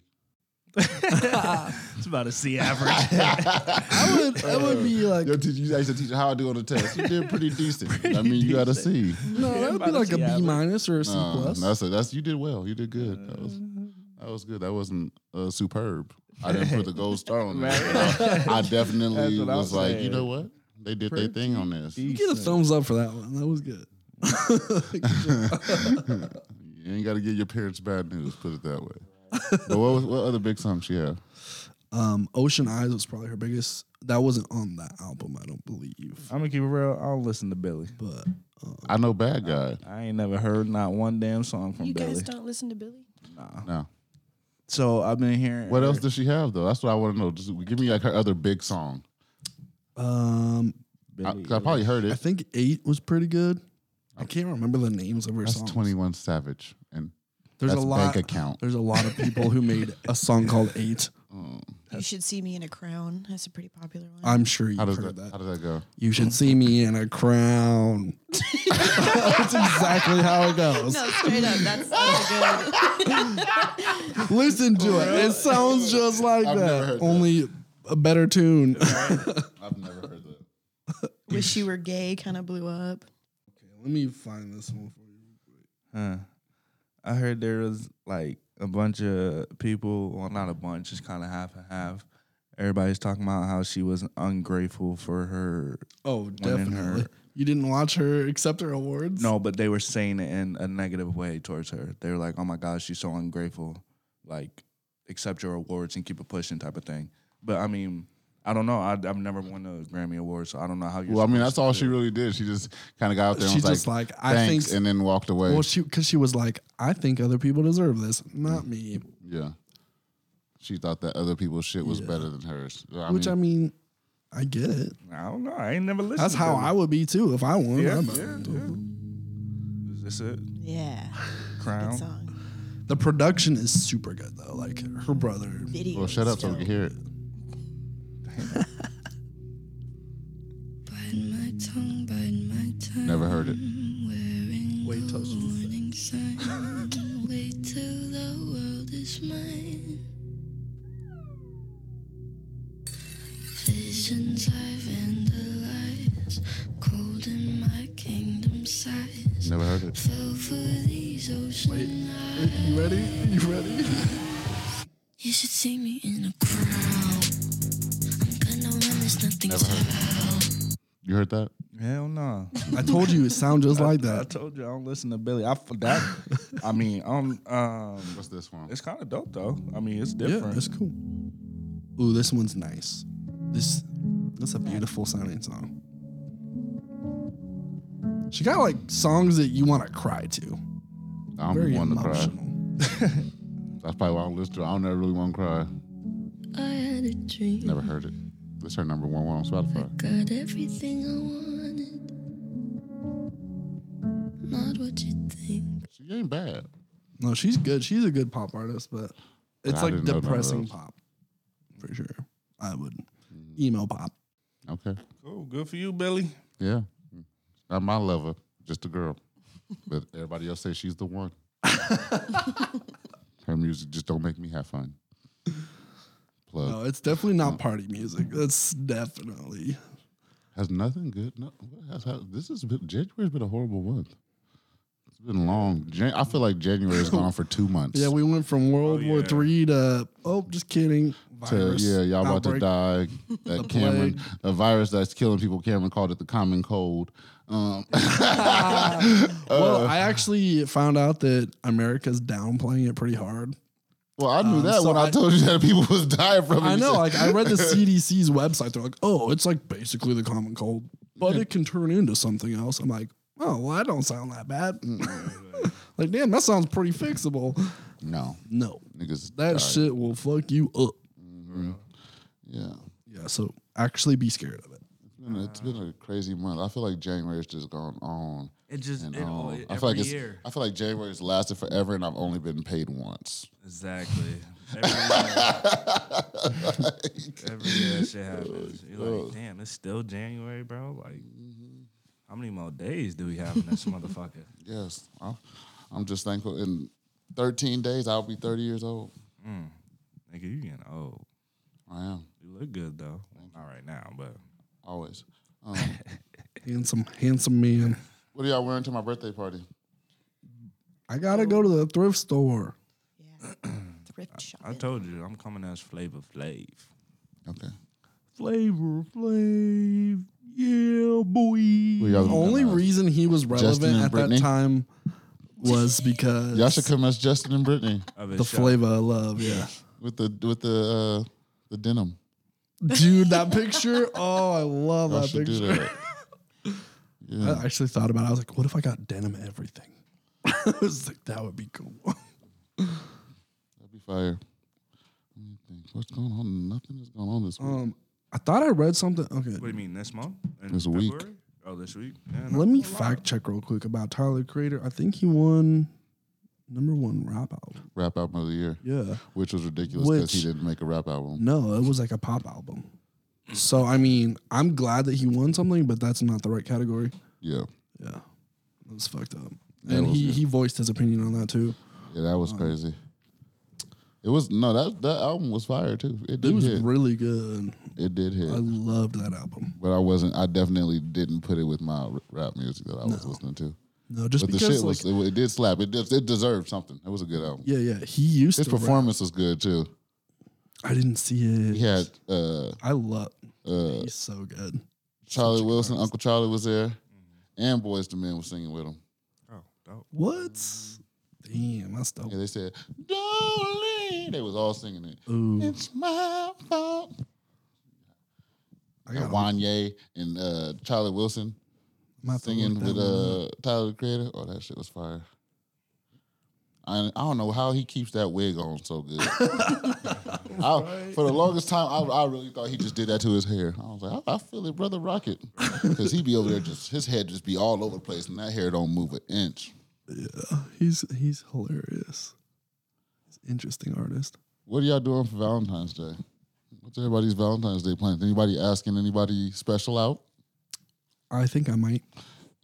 It's about a C average.
I would that would be like
Your Uh, teacher, you asked the teacher how I do on the test. You did pretty decent. I mean, you got a C.
No, that would be like a B minus or a C
No,
plus.
Um,
Mm-hmm.
That's a, that's you did well. You did good. That was that was good. That wasn't uh, superb. I didn't put the gold star on that. I, I definitely
That's what I
was
was
like, you
saying.
know what? They did their thing on this.
You get a thumbs up for that one. That was good.
You ain't got to give your parents bad news. Put it that way. but what was, what other big songs she had?
Um, Ocean Eyes was probably her biggest. That wasn't on that album, I don't believe.
I'm gonna keep it real. I don't listen to Billy.
But
I know Bad Guy.
I ain't never heard not one damn song from
You
Billy.
guys don't listen to Billy?
No.
So I've been hearing.
What
her-
else does she have though? That's what I want to know. Just give me like her other big song.
um,
I,
Billie
'cause I probably heard
I
it.
think eight was pretty good. I can't remember the names of her
That's
songs.
Twenty One Savage, and
There's
that's
a lot.
bank account.
There's a lot of people who made a song called Eight.
You should see me in a crown. That's a pretty popular one.
I'm sure you've
how does
heard
that,
that.
How does that go?
You should see me in a crown. That's exactly how it goes.
no, straight up. That's, that's a good.
Listen to it. It sounds just like
I've never
that.
heard that.
Only a better tune.
I've never heard that.
Wish You Were Gay kind of blew up.
Let me find this one for you.
Huh. I heard there was like a bunch of people, well, not a bunch, just kind of half and half. everybody's talking about how she was ungrateful for her.
Oh,
winning
definitely.
her-
You didn't watch her accept her awards?
No, but they were saying it in a negative way towards her. They were like, "Oh my God, she's so ungrateful. Like, accept your awards and keep it pushing," type of thing. But I mean, I don't know. I, I've never won a Grammy award, so I don't know how. You're
Well, I mean,
supposed
that's all she really did. She just kind of got out there. and
She
was
just like, I
"Thanks,"
think-
and then walked away.
Well, she because she was like, I think other people deserve this, not me.
yeah, she thought that other people's shit was better than hers. I
Which
mean,
I mean, I get it.
to- I don't know. I ain't never listened.
That's how I would be too if I won.
Yeah,
I'm-
yeah, Is this it?
Yeah. Good
Crown.
song.
The production is super good though. Like her brother,
Video.
well, shut up so we can hear it.
Bite my tongue, bite my tongue.
Never heard it.
Wearing
Wait till
the
she sings.
warning sign. Wait till the world is mine. Visions I vandalize, cold in my kingdom size.
Never heard it.
Fell for these ocean eyes.
you ready? You ready?
You should see me in a crowd. I'm gonna run, there's nothing to
You heard that?
Hell no.
I told you it sound just like
I
that.
told you I don't listen to Billy. I f- that. I mean, um, um,
What's this one?
it's kind of dope though. I mean, it's
Yeah,
different.
that's cool. Ooh, this one's nice. This that's a beautiful sounding song. She got like songs that you want to cry to.
I don't
Very
want to cry.
emotional.
That's probably why I don't listen to. it. I don't ever really want to cry.
I had a dream.
Never heard it. This her number one one on Spotify.
Got everything I wanted. Not what you think.
She ain't bad.
No, she's good. She's a good pop artist, but it's
I
like
didn't know none of
depressing
those. Mm-hmm.
pop for sure. I would emo pop.
Okay.
Cool. Good for you, Billy.
Yeah. Not my lover, just a girl. But everybody else says she's the one. her music just don't make me have fun. Plug.
No, it's definitely not party music. That's definitely
Has nothing good. No, what has, ha- this has been, January's been a horrible month. It's been long. Jan- I feel like January has gone on for two months.
yeah. We went from World War
yeah.
Three to oh, just kidding.
Oh, to,
Virus,
yeah, y'all about to
outbreak.
die. That Cameron,
plague.
a virus that's killing people. Cameron called it the common cold. Um, Uh.
Well, I actually found out that America's downplaying it pretty hard.
well, I knew
Um,
that
so
when I,
I-
told you that people was dying from it.
I
You
know.
said-
Like I read the CDC's website. They're like, oh, it's like basically the common cold, but it can turn into something else. I'm like, oh, well, that don't sound that bad. like, damn, that sounds pretty fixable.
no,
No,
niggas.
that
died.
shit will fuck you up.
Yeah.
Yeah. So actually, be scared of it.
It's been, a, it's been a crazy month. I feel like January's just gone on
It just
and
it, all
on.
it,
I
every
feel like it's,
year.
I feel like January's lasted forever, and I've only been paid once.
Exactly. Every year, every year that shit happens. You're like, damn, it's still January, bro. Like, how many more days do we have in this motherfucker?
Yes, I'm, I'm just thankful. In 13 days, I'll be 30 years old.
Nigga, you getting old.
I am
You look good though. Well, not right now, but
always. Um,
Handsome, handsome man.
what are y'all wearing to my birthday party?
I gotta go to the thrift store.
Yeah. Thrift shop.
I told you I'm coming as Flavor Flav.
Okay.
Flavor Flav. Yeah, boy.
What y'all
The
gonna
only
come as?
reason he was relevant
and
at
Brittany?
that time was because
y'all should come as Justin and Brittany
Of
the flavor of love. Yeah.
with the with the uh, the denim.
Dude, that picture. Oh, I love
Y'all
that
should
picture.
do that. Yeah.
I actually thought about it. I was like, what if I got denim everything? I was like, that would be cool.
That'd be fire. Let me think. What's going on? Nothing is going on this week.
Um, I thought I read something. Okay.
What do you mean this month? In
This week.
February? Oh, this week. Yeah, no.
Let me fact check real quick about Tyler the Creator. I think he won number one rap album.
rap album of the year,
Yeah.
which was ridiculous because he
Which-
didn't make a rap album.
No, it was like a pop album. So, I mean, I'm glad that he won something, but that's not the right category.
Yeah,
Yeah. It was fucked up.
Yeah, it
And
was
he,
good.
he voiced his opinion on that too.
yeah, that
Uh,
was crazy. It was no that that album was fire too. It
It
did
was
hit.
really good.
it did hit,
I loved that album.
but I wasn't. I definitely didn't put it with my r- rap music that I was listening to.
No, just
But the
because
shit
like,
was it, it did slap. It did, it deserved something. It was a good album.
yeah, yeah, he used
His
to rap.
performance was good too.
I didn't see it.
He had uh,
I love.
uh,
he's so good.
Charlie
Such a
Wilson,
artist.
Uncle Charlie was there, and Boys the Men was singing with him.
Oh, dope.
What? Damn, that's dope.
Yeah, they said, "Darling," they was all singing it.
Ooh,
It's my fault.
I
And
got
Wanye and uh, Charlie Wilson singing with uh, Tyler the Creator. Oh, that shit was fire. I, I don't know how he keeps that wig on so good. I, for the longest time, I, I really thought he just did that to his hair. I was like, I, I feel it, brother Rocket, because he be over there just his head just be all over the place, and that hair don't move an inch.
He's he's hilarious. He's an interesting artist.
What are y'all doing for Valentine's Day? What's everybody's Valentine's Day plans? Anybody asking anybody special out?
I think I might.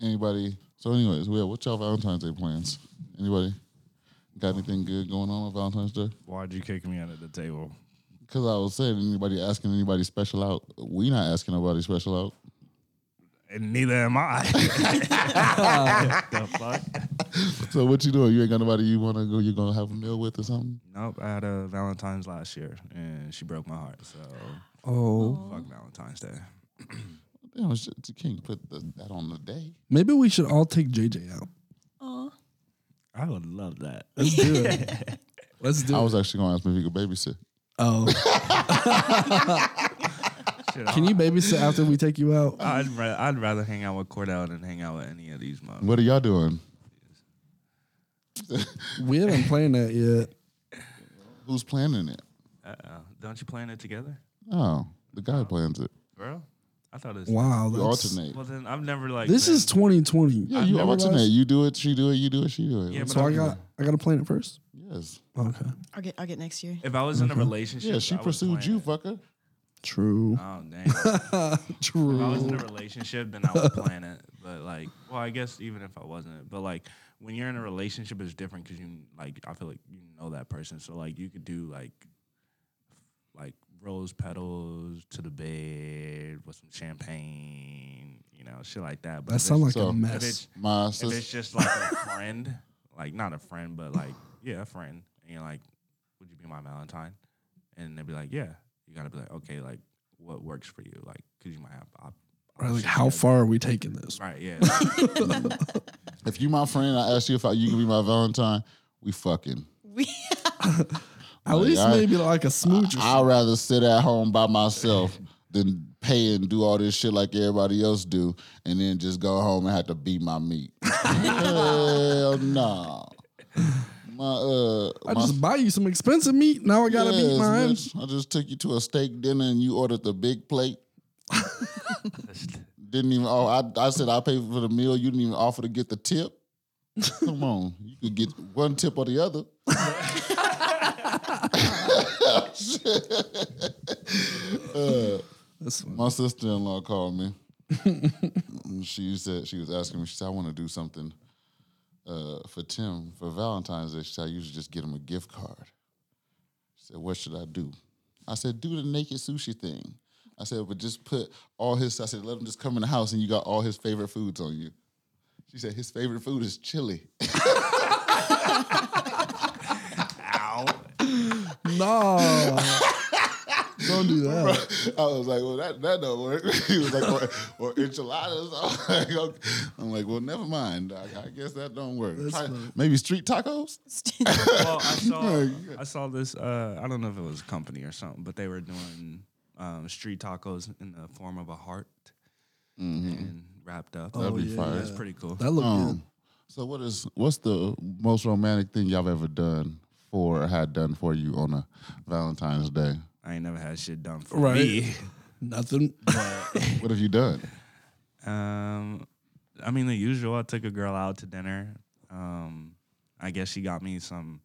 Anybody? So, anyways, well, what's y'all Valentine's Day plans? Anybody got anything good going on on Valentine's Day?
Why'd you kick me out of the table?
Because I was saying, anybody asking anybody special out? We not asking nobody special out.
And neither am I. the fuck?
So, what you doing? You ain't got nobody you want to go? You gonna have a meal with or something?
Nope. I had a Valentine's last year, and she broke my heart. So
Oh,
fuck Valentine's Day.
Damn, shit, you can't put the, that on the day.
maybe we should all take JJ out.
Aw.
I would love that.
Let's do it. Let's do
I
it.
was actually gonna ask me if you could babysit.
oh,
Shit,
can you babysit after we take you out?
I'd rather I'd rather hang out with Cordell than hang out with any of these motherfuckers.
What are y'all doing?
We haven't planned that yet.
Who's planning it?
Uh-oh. Don't you plan it together,
Oh, the guy plans it.
girl? I thought it was.
Wow,
You
that's,
alternate.
Well, then I've never like.
This
been-
is 2020.
Yeah,
I've
you
never
alternate.
realized-
You do it, she do it, you do it, she do it.
Yeah, but
So I got I got to plan it first.
yes.
Okay,
I'll get I'll get next year.
If I was
Mm-hmm.
in a relationship,
Yeah, she
I would
pursued
plan
you,
it.
fucker.
true,
Oh damn! if I was in
Uh, true.
a relationship, then I would plan it. But like, well, I guess even if I wasn't, but like, when you're in a relationship, it's different because you like. I feel like you know that person, so like, you could do like, like rose petals to the bed with some champagne, you know, shit like that. But
That
if
sounds like
it's-
So-
a
If
if
mess.
it's
My
if it's
sister.
just like a friend, like not a friend, but like yeah, a friend, and you're like, would you be my Valentine? And they'd be like, yeah. You gotta be like, okay, like what works for you, like because you might have. Op-
Right, like,
options.
how far are we taking this?
Right, yeah.
If you my friend, I ask you if I, you can be my Valentine. We fucking.
We
At
Like,
least
I-
maybe like a smooch. or
I'd rather sit at home by myself than pay and do all this shit like everybody else do, and then just go home and have to beat my meat. Hell no. My uh,
I
my
just buy you some expensive meat. Now I gotta
Yes,
beat mine.
bitch. I just took you to a steak dinner and you ordered the big plate. didn't even. Oh, I, I said I paid for the meal. You didn't even offer to get the tip. Come on, you could get one tip or the other. Uh,
That's fine.
my sister in law called me. And she said she was asking me. She said I want to do something uh, for Tim for Valentine's Day. She said I usually just get him a gift card. She said, "What should I do?" I said, "Do the naked sushi thing." I said, "But just put all his." I said, "Let him just come in the house and you got all his favorite foods on you." She said, "His favorite food is chili."
No, don't do that.
I was like, well, that, that don't work. he was like, or, or enchiladas. I'm like, okay. I'm like, well, never mind. I, I guess that don't work. Try- maybe street tacos.
well,
Oh
I saw I saw this. Uh, I don't know if it was a company or something, but they were doing um, street tacos in the form of a heart
Mm-hmm.
and wrapped up.
That'd be fire.
That's pretty cool.
That looked
Um, so what is what's the most romantic thing y'all ever done for or had done for you on a Valentine's Day?
I ain't never had shit done for
good. Right?
me.
Nothing.
What have you done?
Um, I mean the usual. I took a girl out to dinner. Um, I guess she got me some,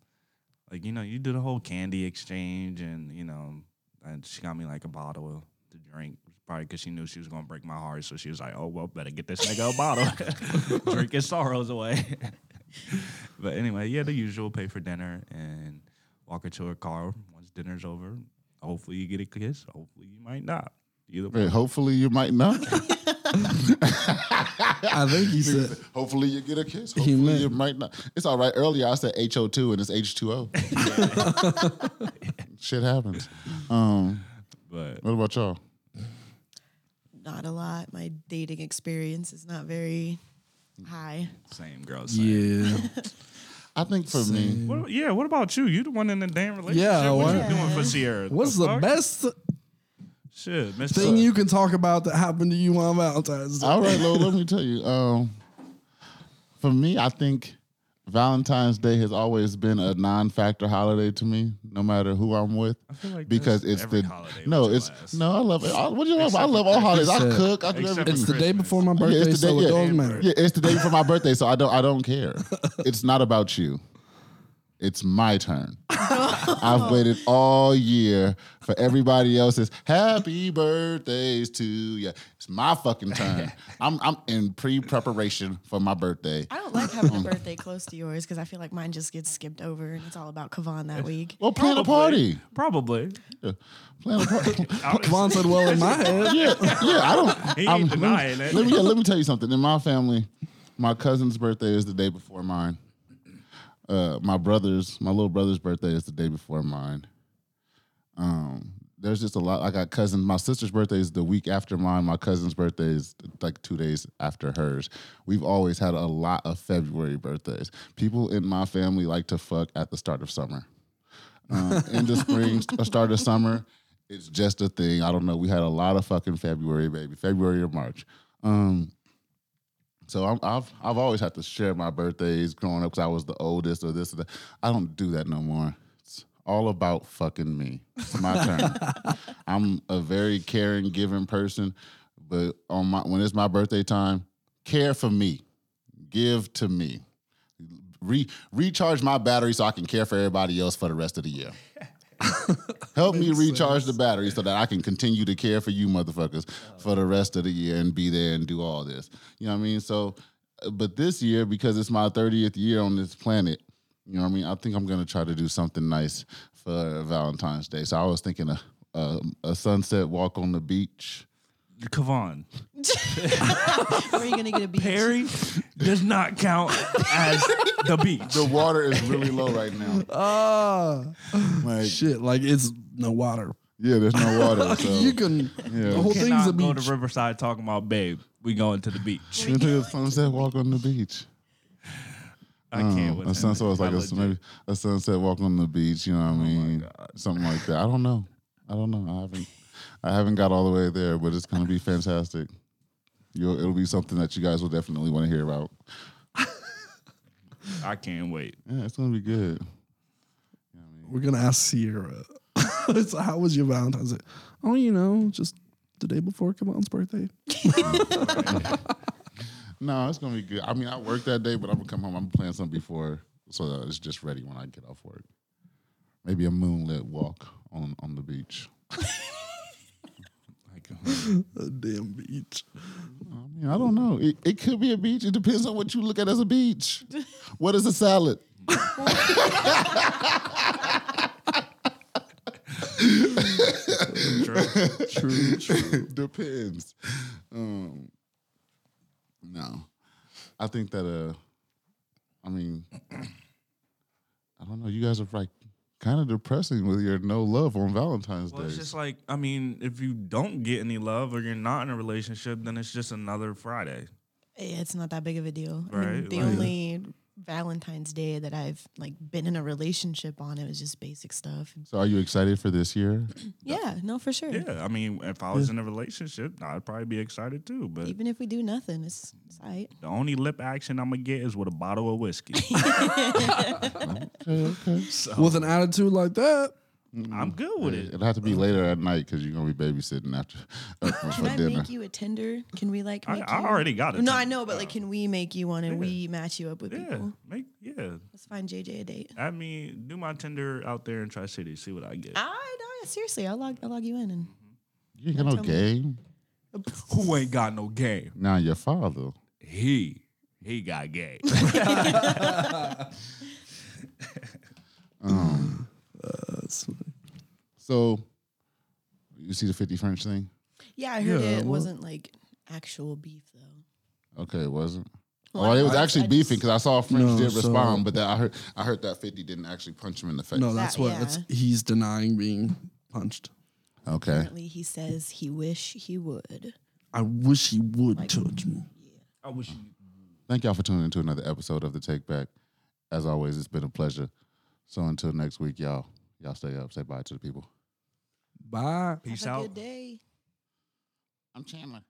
like you know, you do the whole candy exchange, and you know, and she got me like a bottle to drink. Probably because she knew she was gonna break my heart, so she was like, "Oh well, better get this nigga a bottle, drink his sorrows away." but anyway, yeah, the usual. Pay for dinner and walk her to her car once dinner's over. Hopefully you get a kiss. Hopefully you might not. Either way,
Wait, hopefully you might not.
I think he said.
hopefully you get a kiss.
He
Hopefully
meant-
you might not. It's all right. Earlier I said HO2 and it's H2O. Shit happens. Um,
But
what about y'all?
Not a lot. My dating experience is not very high.
same girl, same.
Yeah.
I think for me,
What, yeah, what about you? You the one in the damn relationship.
Mm-hmm. Yeah,
what,
what-
you doing for Sierra?
What's the
fuck?
best
shit, Mr.
thing you can talk about that happened to you on Valentine's Day?
all right, Lola, let me tell you. Um, for me, I think Valentine's Day has always been a non-factor holiday to me, no matter who I'm with,
I feel like
because
that's
it's
every
the
holiday
no,
with your
it's
ass.
no. I love it. I, what do you love? I
Except
love
for
all holidays. I
Christmas.
cook. I do
Except
everything.
It's the day
Christmas.
before my
Yeah,
birthday,
it's the
so
day-
it
yeah.
doesn't matter.
Yeah, it's the day before my birthday, so I don't I don't care. It's not about you. It's my turn. I've waited all year for everybody else's happy birthdays to you. It's my fucking turn. I'm I'm in pre-preparation for my birthday.
I don't like having a birthday close to yours because I feel like mine just gets skipped over and it's all about Kavan that week.
Well, plan a party.
Probably.
Yeah, Plan a party.
Vaughn said, "Well, in my head,
yeah, yeah, I don't.
He ain't
I'm-
denying
let,
it.
me, let me- yeah, let me tell you something. In my family, my cousin's birthday is the day before mine. Uh, my brother's, my little brother's birthday is the day before mine. Um, there's just a lot. I got cousins. My sister's birthday is the week after mine. My cousin's birthday is like two days after hers. We've always had a lot of February birthdays. People in my family like to fuck at the start of summer um, end of spring, st- start of summer. It's just a thing. I don't know. We had a lot of fucking February, baby, February or March. Um, so I'm, I've I've always had to share my birthdays growing up because I was the oldest or this or that. I don't do that no more. It's all about fucking me. It's my turn. I'm a very caring, giving person, but on my when it's my birthday time, care for me, give to me re- recharge my battery so I can care for everybody else for the rest of the year. Help me recharge the battery so that I can continue to care for you motherfuckers for the rest of the year and be there and do all this. You know what I mean? So, uh, but this year, because it's my 30th year on this planet, you know what I mean? I think I'm going to try to do something nice for Valentine's Day. So I was thinking a, a, a sunset walk on the beach.
Kavon.
Where are you gonna get a beach?
Perry does not count as the beach.
The water is really low right now.
ah,
Like,
shit, like it's no water.
yeah, there's no water. So.
you can.
yeah.
The whole thing's a
Cannot go
beach.
to Riverside talking about babe. We going to the beach.
You took a sunset walk on the beach.
I
Mm,
can't.
Um,
with
a
that.
sunset was
I
like a,
legit-
maybe a sunset walk on the beach. You know what
Oh
I mean? Something like that. I don't know. I don't know. I haven't. I haven't got all the way there, but it's gonna be fantastic. You'll, it'll be something that you guys will definitely want to hear about.
I can't wait.
Yeah, it's gonna be good.
We're gonna ask Sierra. It's, How was your Valentine's Day? Oh, you know, just the day before Kavan's birthday.
No, it's gonna be good. I mean, I work that day, but I'm gonna come home. I'm playing something before, so that it's just ready when I get off work. Maybe a moonlit walk on on the beach.
Like,
A damn beach.
I mean, I don't know. It, it could be a beach. It depends on what you look at as a beach. What is a salad?
true.
True, true.
Depends. Um, no, I think that. Uh, I mean, I don't know. You guys are like kind of depressing with your no love on Valentine's
Well,
Day.
it's just like I mean, if you don't get any love or you're not in a relationship, then it's just another Friday.
Yeah, it's not that big of a deal. I mean,
Right,
the
like-
only Valentine's Day that I've like been in a relationship on, it was just basic stuff.
so, are you excited for this year?
Yeah, no, for sure.
Yeah, I mean, if I was in a relationship, I'd probably be excited too. But
Even if we do nothing, it's, it's all right.
the only lip action I'm gonna get is with a bottle of whiskey.
Okay, okay.
With an attitude like that,
I'm good with it.
It'll have to be later at night because you're gonna be babysitting after uh, for,
Can
for
I
dinner.
make you a Tinder? Can we like
I,
make
I
you?
already got it.
No, I know, but like, can we make you one and we match you up with
Yeah,
people?
make yeah.
Let's find JJ a date.
I mean, do my Tinder out there in Tri City, see what I get.
I no, seriously, I'll log, I'll log you in and
you ain't got no
Tell me.
game.
Who ain't got no game?
Now your father.
He he got game.
that's
So, you see the Fifty French thing?
yeah, I heard
Yeah,
it
well-
wasn't like actual beef though.
Okay, it wasn't.
Well,
oh,
I-
it was
I-
actually
I
beefing
just-
because I saw French
No,
did
so-
respond, but that I heard I heard that Fifty didn't actually punch him in the face.
no, that's
That-
what
yeah.
that's, he's denying being punched.
Okay.
Apparently, he says he wish he would.
I wish he would touch me.
I wish you
Thank y'all for tuning into another episode of The Take Back. As always, it's been a pleasure. So until next week, y'all, y'all stay up. Say bye to the people.
Bye.
peace
Have a
out.
good day.
I'm Chandler.